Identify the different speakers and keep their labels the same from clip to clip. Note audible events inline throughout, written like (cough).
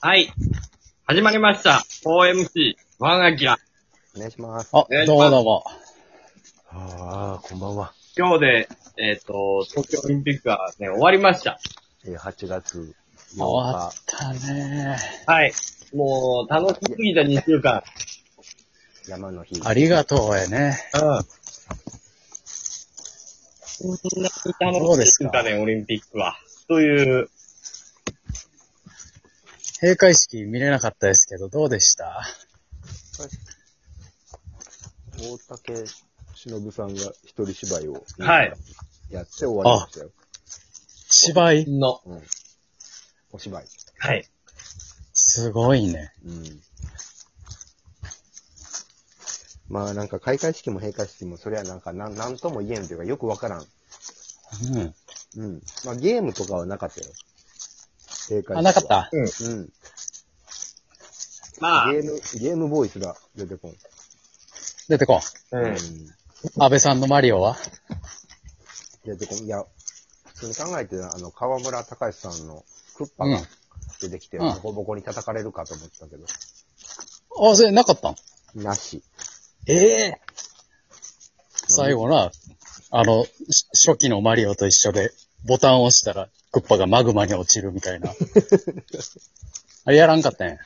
Speaker 1: はい。始まりました。OMC、ワンアキラ。
Speaker 2: お願いします。
Speaker 3: あ
Speaker 1: お願い、し
Speaker 3: どう
Speaker 1: ます
Speaker 3: もどうも。
Speaker 2: ああ、こんばんは。
Speaker 1: 今日で、えっ、と、東京オリンピックがね、終わりました。
Speaker 2: えー8月
Speaker 3: 終わ
Speaker 2: 8
Speaker 3: ったね
Speaker 1: はい。もう、楽しすぎた2週間。
Speaker 2: 日、山の日。
Speaker 3: ありがとうやね。
Speaker 1: うん。そんなに
Speaker 3: そう
Speaker 1: 楽
Speaker 3: で
Speaker 1: し
Speaker 3: す
Speaker 1: かっ
Speaker 3: か
Speaker 1: たね、オリンピックは。という、
Speaker 3: 閉会式見れなかったですけど、どうでした
Speaker 2: 大竹忍さんが一人芝居を、
Speaker 1: はい。
Speaker 2: やって終わりましたよ。
Speaker 3: 芝居
Speaker 1: の、
Speaker 2: うん。お芝居。
Speaker 1: はい。
Speaker 3: すごいね。
Speaker 2: うん。まあなんか開会式も閉会式もそれはなんかなんなんとも言えんというかよくわからん。
Speaker 3: うん。
Speaker 2: うん。まあゲームとかはなかったよ。閉会式は
Speaker 3: あ、なかった。
Speaker 2: うん。
Speaker 1: まあ、
Speaker 2: ゲーム、ゲームボーイすら出てこん。
Speaker 3: 出てこん。
Speaker 1: う。
Speaker 2: うんん
Speaker 3: 安倍さんのマリオは
Speaker 2: 出てこん。いや、普通に考えて、あの、河村隆さんのクッパ
Speaker 3: うん。
Speaker 2: が
Speaker 3: あ、
Speaker 2: 出てきて、
Speaker 3: うん
Speaker 2: ボコボコに叩かれるかと思ったけど、
Speaker 3: それなかったん
Speaker 2: なし。
Speaker 3: ええ最後な、あの、し初期のマリオと一緒で、ボタンを押したら、クッパがマグマに落ちる
Speaker 1: (laughs)
Speaker 3: みたいな。あれやらんかったんや。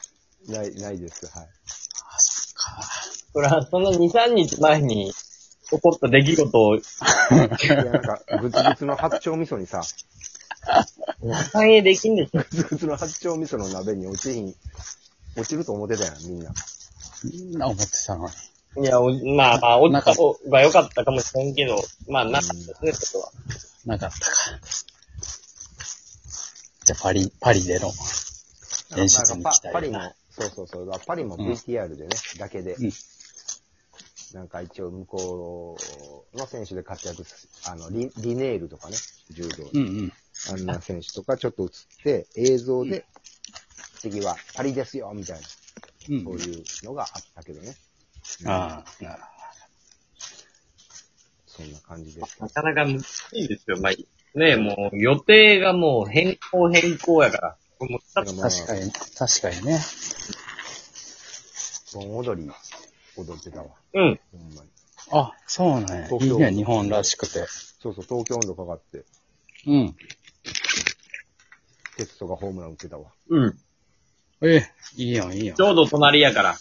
Speaker 2: ない、ないです。はい。
Speaker 3: あ、そっか。
Speaker 1: それは、その2、3日前に起こった出来事を、
Speaker 3: (laughs)
Speaker 2: いや、なんか、グツグツの八丁味噌にさ、
Speaker 1: 反映できんでしょ。
Speaker 2: グツグツの八丁味噌の鍋に落ちひん、落ちると思ってたやん、みんな。
Speaker 3: みんな思ってたのに。
Speaker 1: いや、おまあまあ、お
Speaker 3: なか
Speaker 1: た
Speaker 3: っ
Speaker 1: 方が良かったかもしれんけど、まあ、なかったですね、こ
Speaker 3: なかったか。じゃあ、パリ、パリでの。練習に行きたい
Speaker 2: パリも、そうそうそう、パリも VTR でね、だけで
Speaker 3: うん。
Speaker 2: なんか一応向こうの選手で活躍する、あの、リリネールとかね、柔道の
Speaker 3: うんうん。
Speaker 2: アンナ選手とかちょっと映って、映像で、次はパリですよみたいな、
Speaker 3: うん
Speaker 2: そういうのがあったけどね。
Speaker 3: ああ、なる
Speaker 2: そんな感じです
Speaker 1: とは。なかなか難しいですよ。まあ、ねもう、予定がもう変更変更やから。もうちょっと
Speaker 2: だ
Speaker 3: ほど。
Speaker 2: ら
Speaker 3: 確かに、確かにね。
Speaker 2: 盆踊り踊ってたわ。
Speaker 1: うん。
Speaker 2: ほんまに。
Speaker 3: あ、そうね。
Speaker 2: 東
Speaker 3: い
Speaker 2: 京
Speaker 3: いね、日本らしくて。
Speaker 2: そうそう、東京温度かかって、
Speaker 3: うん。
Speaker 2: テストがホームラン打ってたわ。
Speaker 1: うん。
Speaker 3: ええ、いいよ、いいよ
Speaker 1: ち。ょうど隣やから。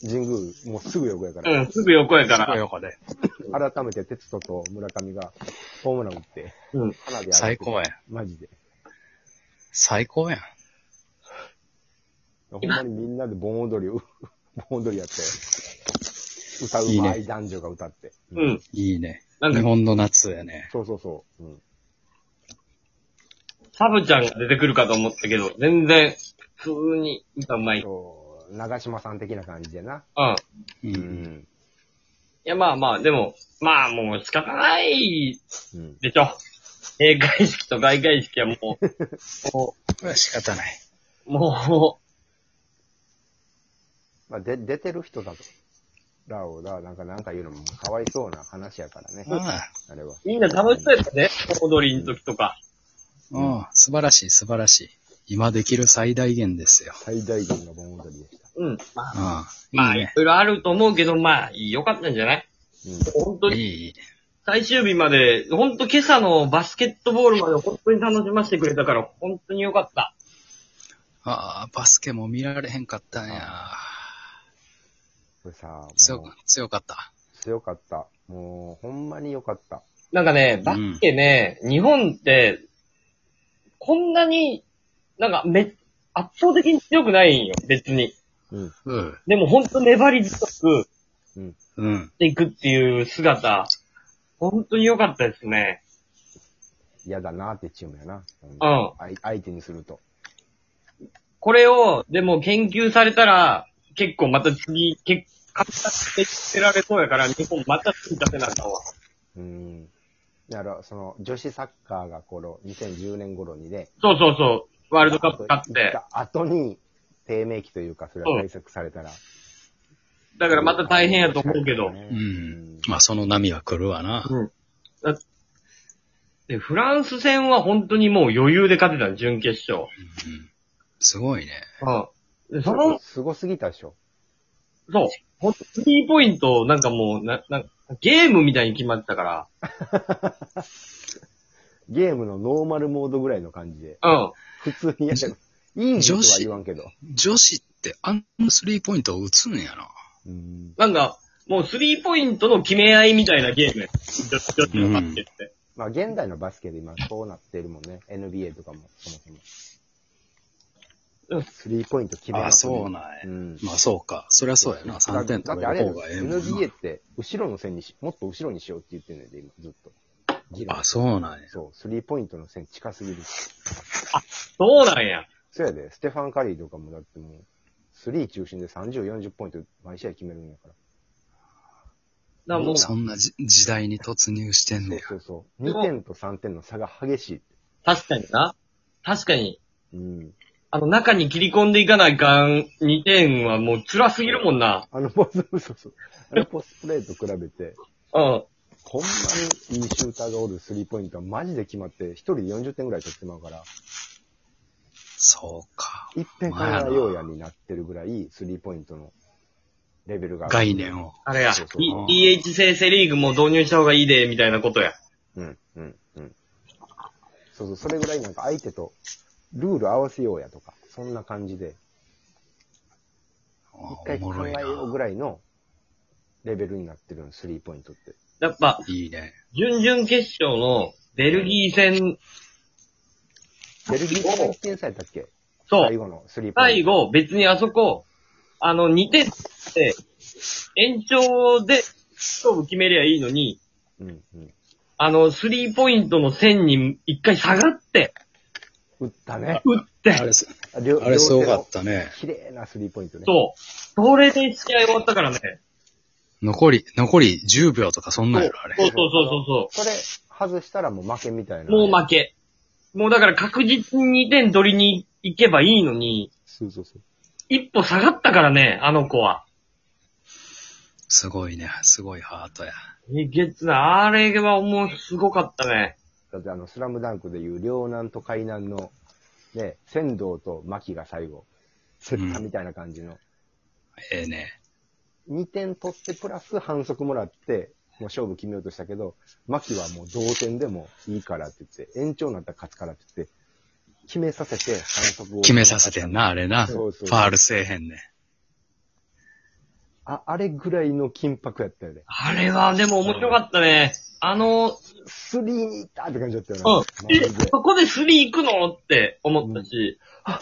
Speaker 2: 神宮、もうすぐ横やから。
Speaker 1: うん、すぐ横やから。
Speaker 3: 横で。
Speaker 2: 改めてテストと村上がホームラン打って、
Speaker 1: うん。
Speaker 2: 花火上げて
Speaker 3: 最高やん。
Speaker 2: マジで。
Speaker 3: 最高やん。
Speaker 2: ほんまにみんなで盆踊りを、盆踊りやって、歌う
Speaker 3: いい
Speaker 2: まい
Speaker 3: ね
Speaker 2: 男女が歌って。
Speaker 1: うん。
Speaker 3: いいね。
Speaker 1: なん
Speaker 3: 日
Speaker 1: か、
Speaker 3: 本の夏やね。
Speaker 2: そうそうそう。うん。
Speaker 1: サブちゃんが出てくるかと思ったけど、全然、普通に歌うまい。うん。い
Speaker 2: そう、長島さん的な感じでな。
Speaker 3: う。。
Speaker 2: うん
Speaker 1: や、まあまあ、でも、まあもう仕方ない
Speaker 2: うん。
Speaker 1: でしょ。閉会式と外会式はもう、も
Speaker 3: 仕方ない。
Speaker 1: (laughs) う、も
Speaker 2: まあ、で、出てる人だと。らをだ、なんか、なんか言うのもかわいそうな話やからね。
Speaker 3: あ
Speaker 2: あれは。
Speaker 1: う、みんな楽しそうやったね。踊りの時とか。
Speaker 3: あ、うん。素晴らしい、素晴らしい。今できる最大限ですよ。
Speaker 2: 最大限の盆踊りでした。
Speaker 1: うん。まあ、
Speaker 3: うん。
Speaker 1: ま
Speaker 3: い
Speaker 1: あ、
Speaker 3: い
Speaker 1: い
Speaker 3: ね。
Speaker 1: ろいろあると思うけど、まあ、良かったんじゃない本当
Speaker 3: い
Speaker 1: に、
Speaker 3: い、いい。
Speaker 1: 最終日まで、本当今朝のバスケットボールまで本当に楽しませてくれたから、本当に良かった。
Speaker 3: ああ、バスケも見られへんかったんや。
Speaker 2: これさ、
Speaker 3: 強
Speaker 2: もう、
Speaker 3: 強かった。
Speaker 2: 強かった。もう、ほんまに良かった。
Speaker 1: なんかね、バスケね、日本って、こんなに、なんかめ、圧倒的に強くないんよ、別に。
Speaker 2: うん。
Speaker 3: うん。
Speaker 1: でも本当粘り強く
Speaker 3: うん。
Speaker 1: していくっていう姿、本当に良かったですね。
Speaker 2: 嫌だなってチームやな。うん
Speaker 1: うん。
Speaker 2: あい相手にすると。
Speaker 1: これを、でも研究されたら、結構また次、結果、勝ってられそうやから、日本また次立てなあかんわ。
Speaker 2: うん。だから、その、女子サッカーがこの、2010年頃にね、
Speaker 1: そうそうそう。ワールドカップ勝って。
Speaker 2: 後に、低迷期というか、それは対策されたら。
Speaker 1: だからまた大変やと思うけど。
Speaker 2: う
Speaker 3: う。
Speaker 2: ん
Speaker 3: まあ、その波は来るわな。
Speaker 1: うん。だで、フランス戦は本当にもう余裕で勝てたの、準決勝。
Speaker 4: すごいね。
Speaker 1: うん。で、その、
Speaker 2: すごすぎたでしょ。
Speaker 1: そう。ほんとスリーポイント、なんかもう、な、な、ゲームみたいに決まってたか
Speaker 2: ゲームのノーマルモードぐらいの感じで。
Speaker 1: ら。うん。
Speaker 2: 普通にやれば。いいねとは言わんけど。
Speaker 4: 女子ってあんなスリーポイントを打つんやな。
Speaker 2: うん。
Speaker 1: なんか、もうスリーポイントの決め合いみたいなゲームや。女子女子のバスケって。
Speaker 2: まあ、現代のバスケで今、そうなってるもんね。NBA とかも、そもそうも
Speaker 1: ん。
Speaker 2: スリーポイント決め
Speaker 4: あ
Speaker 2: ま
Speaker 4: あ、
Speaker 2: すね
Speaker 4: そうなんや。
Speaker 2: うん。
Speaker 4: まあそうか。そりゃそうやな。3点
Speaker 2: だ
Speaker 4: 取
Speaker 2: ってあ
Speaker 4: れ
Speaker 2: れ
Speaker 4: る
Speaker 2: や
Speaker 4: 方が
Speaker 2: ろ
Speaker 4: ええもんな
Speaker 2: NBA って、後ろの線にし、もっと後ろにしようって言ってんねんで、今、ずっと。議論
Speaker 4: あ、そうなんや。
Speaker 2: そう、スリーポイントの線近すぎる。
Speaker 1: そうなんや。
Speaker 2: そうやで、ステファン・カリーとかもだってもう、スリー中心で30、40ポイント毎試合決めるんやから。
Speaker 1: だからもう、
Speaker 4: そんなじ時代に突入してんねや。
Speaker 2: そうそうそう。
Speaker 1: でも
Speaker 2: 2点と3点の差が激しい。
Speaker 1: 確かにな。確かに。
Speaker 2: うん。
Speaker 1: あの、中に切り込んでいかないかん、2点はもう辛すぎるもんな。
Speaker 2: あのポス、そうそう。あのポストプレーと比べて、
Speaker 1: うん。
Speaker 2: ほんまにいいシューターがおるスリーポイントはマジで決まって、一人40点ぐらい取ってまうから、
Speaker 4: そうか。
Speaker 2: 一遍考えようやになってるぐらい、スリーポイントのレベルが。
Speaker 4: 概念を。
Speaker 1: あれや
Speaker 2: そうそう
Speaker 1: D- DH 生成リーグも導入した方がいいで、みたいなことや。
Speaker 2: うん、うん、うん。そうそう、それぐらいなんか相手とルール合わせようやとか、そんな感じで、
Speaker 4: ああお
Speaker 2: 一回
Speaker 4: も
Speaker 2: 考
Speaker 4: ろ
Speaker 2: え
Speaker 4: いな。
Speaker 2: ようぐらいのレベルになってるの、スリーポイントって。
Speaker 1: やっぱ、
Speaker 4: いいね。
Speaker 1: 準々決勝のベルギー戦、
Speaker 2: ベルギーから1点されたっけ
Speaker 1: そ
Speaker 2: 最
Speaker 1: う。
Speaker 2: 後のスリーポイ
Speaker 1: 最
Speaker 2: ント。
Speaker 1: 後、別にあそこ、あの、2点って、延長で勝負決めりゃいいのに、
Speaker 2: うん、うん。
Speaker 1: あの、スリーポイントの線に一回下がって、
Speaker 2: 打ったね。
Speaker 1: 打っ
Speaker 4: あ
Speaker 1: て、
Speaker 4: れす、
Speaker 2: あ両
Speaker 4: あれすごかっ。
Speaker 2: 両
Speaker 4: たね
Speaker 2: 手の。綺麗なスリーポイントね。
Speaker 1: そう。それで試合終わったからね。
Speaker 4: 残り、残り10秒とかそんなん
Speaker 1: そ
Speaker 4: や
Speaker 1: う
Speaker 4: ろ、あれ。
Speaker 1: そうそうそうそう。
Speaker 2: それ、外したらもう負けみたいな。
Speaker 1: もう負け。もうだから確実に2点取りに行けばいいのに、
Speaker 2: そうそうそう。
Speaker 1: 一歩下がったからね、あの子は。
Speaker 4: すごいね。すごいハートや。
Speaker 1: えげつな、あれはもうすごかったね。
Speaker 2: だってあの、スラムダンクでいう、両南と海南の、ね、仙道と牧が最後、競ったみたいな感じの。
Speaker 4: ええね。
Speaker 2: 2点取ってプラス反則もらって、もう勝負決めようとしたけど、牧はもう同点でもいいからって言って、延長になったら勝つからって言って、決めさせて反則を。
Speaker 4: 決めさせてんな、あれな。
Speaker 2: そうそう
Speaker 4: ファールせえへんね。
Speaker 2: あ、あれぐらいの緊迫やったよね。
Speaker 1: あれはでも面白かったね。あの、
Speaker 2: スリーに行ったって感じだったよ
Speaker 1: うん
Speaker 2: な。。マジ
Speaker 1: え、
Speaker 2: で。
Speaker 1: そこで3行くのって思ったし、
Speaker 2: は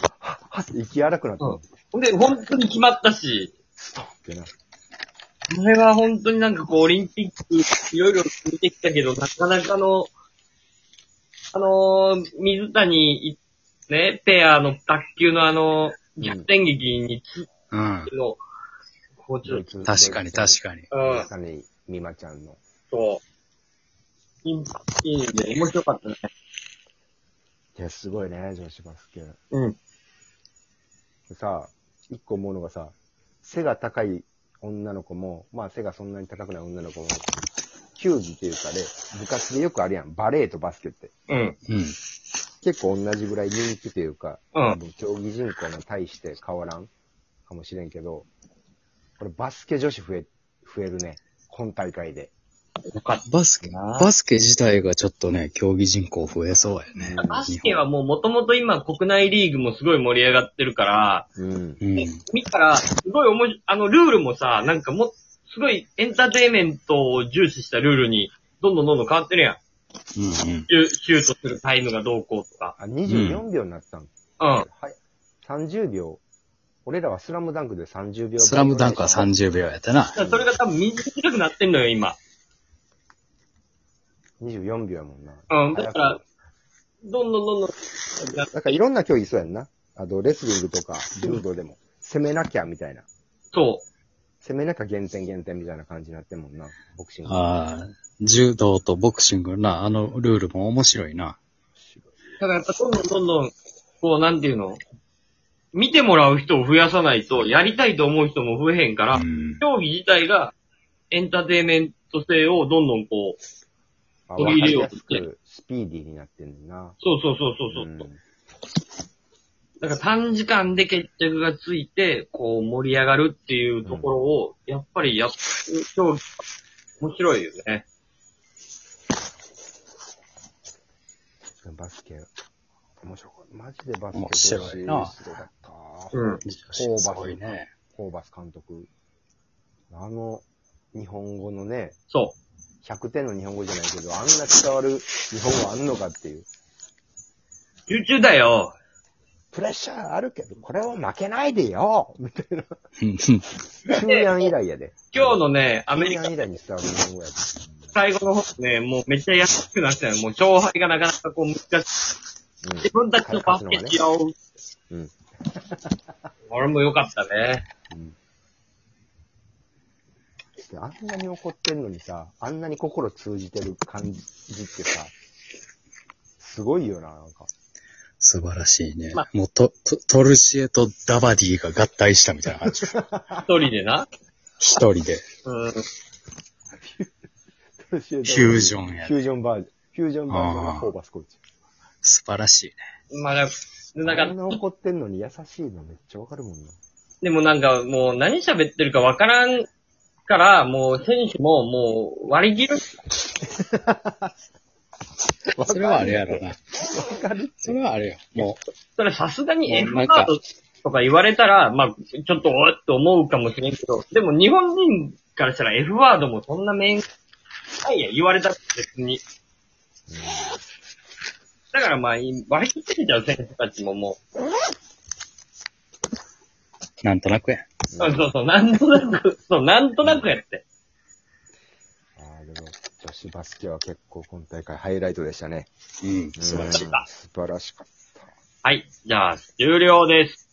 Speaker 2: っ息荒くなったもん。
Speaker 1: ほんで、本当に決まったし、
Speaker 2: ストンってな。
Speaker 1: これは本当になんかこう、オリンピック、いろいろ見てきたけど、なかなかの、あのー水谷、ね、ペアの卓球のあの、
Speaker 2: ん
Speaker 1: 逆転劇につ
Speaker 4: うん。
Speaker 1: の、こうちょっ
Speaker 4: 確かに確
Speaker 2: か
Speaker 4: かに。
Speaker 1: と、うん
Speaker 2: 確、かに、美馬ちゃんの。
Speaker 1: そう。いい、いいんで、面白かったね。
Speaker 2: いや、すごいね、女子バスケ。
Speaker 1: うん。
Speaker 2: さあ、一個思うのがさ、背が高い女の子も、まあ背がそんなに高くない女の子も、球技っていうかね、部活でよくあるやん、バレーとバスケって。
Speaker 1: うん。
Speaker 4: うん。
Speaker 2: 結構同じぐらい人気というか、
Speaker 1: うん
Speaker 2: 多分競技人口も大して変わらんかもしれんけど、これバスケ女子増え、増えるね。今大会で。
Speaker 1: よかっ
Speaker 4: バスケ、
Speaker 1: な
Speaker 4: バスケ自体がちょっとね、競技人口増えそうやね。
Speaker 1: た。バスケはもう元々今国内リーグもすごい盛り上がってるから、
Speaker 2: うん。
Speaker 4: うん。
Speaker 1: 見たら、すごい面白い、あの、ルールもさ、なんかも、すごいエンターテインメントを重視したルールに、どんどんどんどん変わってるやん。
Speaker 4: うんうん。
Speaker 1: シュシュートするタイムがどうこうとか。
Speaker 2: あ、24秒になったん、
Speaker 1: うん。
Speaker 2: はい。30秒。俺らはスラムダンクで30秒。
Speaker 4: スラムダンクは30秒やったな。
Speaker 1: それが多分短くなってんのよ、今。
Speaker 2: 24秒やもんな。
Speaker 1: うんだからどんどんどんどん。
Speaker 2: 早く、なんかいろんな競技そうやんな。あと、レスリングとか、柔道でも、攻めなきゃみたいな。
Speaker 1: そ
Speaker 2: 攻めなきゃ減点減点みたいな感じになってんもんな。ボクシング。
Speaker 4: ああ、柔道とボクシングな、あのルールも面白いな。
Speaker 1: う。だからやっぱどんどんどんどん、こう、なんていうの見てもらう人を増やさないと、やりたいと思う人も増えへんから、
Speaker 4: うん。
Speaker 1: 競技自体がエンターテインメント性をどんどんこう、
Speaker 2: あ
Speaker 1: 取り入れよう
Speaker 2: わかりやすくスピーディーになってんねんな。
Speaker 1: そうそうそうそうそう。
Speaker 2: ん
Speaker 1: なんか短時間で決着がついて、こう盛り上がるっていうところを、やっぱりやっ、今日、面白いよね。
Speaker 2: バスケ、面白かった。マジでバスケ
Speaker 4: 面白いな
Speaker 2: すごかった。
Speaker 1: うん。
Speaker 2: ホーバス
Speaker 4: すごいね。
Speaker 2: ホーバス監督。あの、日本語のね、
Speaker 1: そ
Speaker 2: 100点の日本語じゃないけど、あんな伝わる日本語あんのかっていう。
Speaker 1: う。集中だよ。
Speaker 2: プレッシャーあるけど、これは負けないでよみたいな。
Speaker 4: うん (laughs)
Speaker 2: 中年以来やで。
Speaker 1: 今日のね、ア
Speaker 2: 中
Speaker 1: メリカ
Speaker 2: 年以来に伝わる日本語やで。
Speaker 1: 最後の方ね、もうめっちゃ安くなってたよ。もう勝敗がなかなかこう難しい。
Speaker 2: うん
Speaker 1: 自分たちのバスケしよう。
Speaker 2: うん。
Speaker 1: 俺も良かったね。
Speaker 2: うんであんなに怒ってんのにさ、あんなに心通じてる感じってさ、すごいよな、なんか。
Speaker 4: 素晴らしいね
Speaker 1: まあ。
Speaker 4: もうトトトルシエとダバディが合体したみたいな感じ。
Speaker 1: 一人でな。
Speaker 4: 一人で。
Speaker 1: うん。
Speaker 2: フュ
Speaker 4: フュージョンや
Speaker 2: フュージョンバージョン。フュージョンバージョンが
Speaker 4: あー
Speaker 2: ホーバスコーチ。
Speaker 4: 素晴らしいね。
Speaker 1: まあ、でな
Speaker 2: あん
Speaker 1: んか、
Speaker 2: な怒ってんのに優しいのめっちゃわかるもんな。
Speaker 1: でもなんかもう何喋ってるかわからんから、もう選手ももう割り切る。
Speaker 4: それはあれやろな。それはあれよ。も
Speaker 1: それさすがに
Speaker 4: もう
Speaker 1: F
Speaker 4: なん
Speaker 1: カー
Speaker 4: か
Speaker 1: ドとか言われたら、まあ、ちょっとおっと思うかもしれんけど、でも日本人からしたら F ワードもそんな面、はいや、言われたって別に。だからまあ、割り切ってんじゃう、選手たちもも
Speaker 4: う、なんとなくや。
Speaker 1: う。そうそうそう、なんとなく、そう、なんとなくやって。
Speaker 2: ああ、でも、女子バスケは結構今大会ハイライトでしたね。
Speaker 4: うん、素晴らしい。
Speaker 2: うん素晴らしかった。
Speaker 1: はい、じゃあ、終了です。